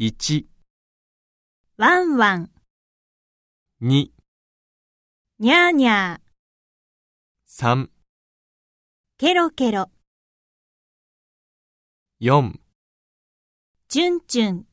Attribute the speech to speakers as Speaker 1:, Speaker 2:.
Speaker 1: 1、
Speaker 2: ワンワン、
Speaker 1: 2、
Speaker 2: ニャーニャー、
Speaker 1: 3、
Speaker 2: ケロケロ、
Speaker 1: 4
Speaker 2: チュンチュン。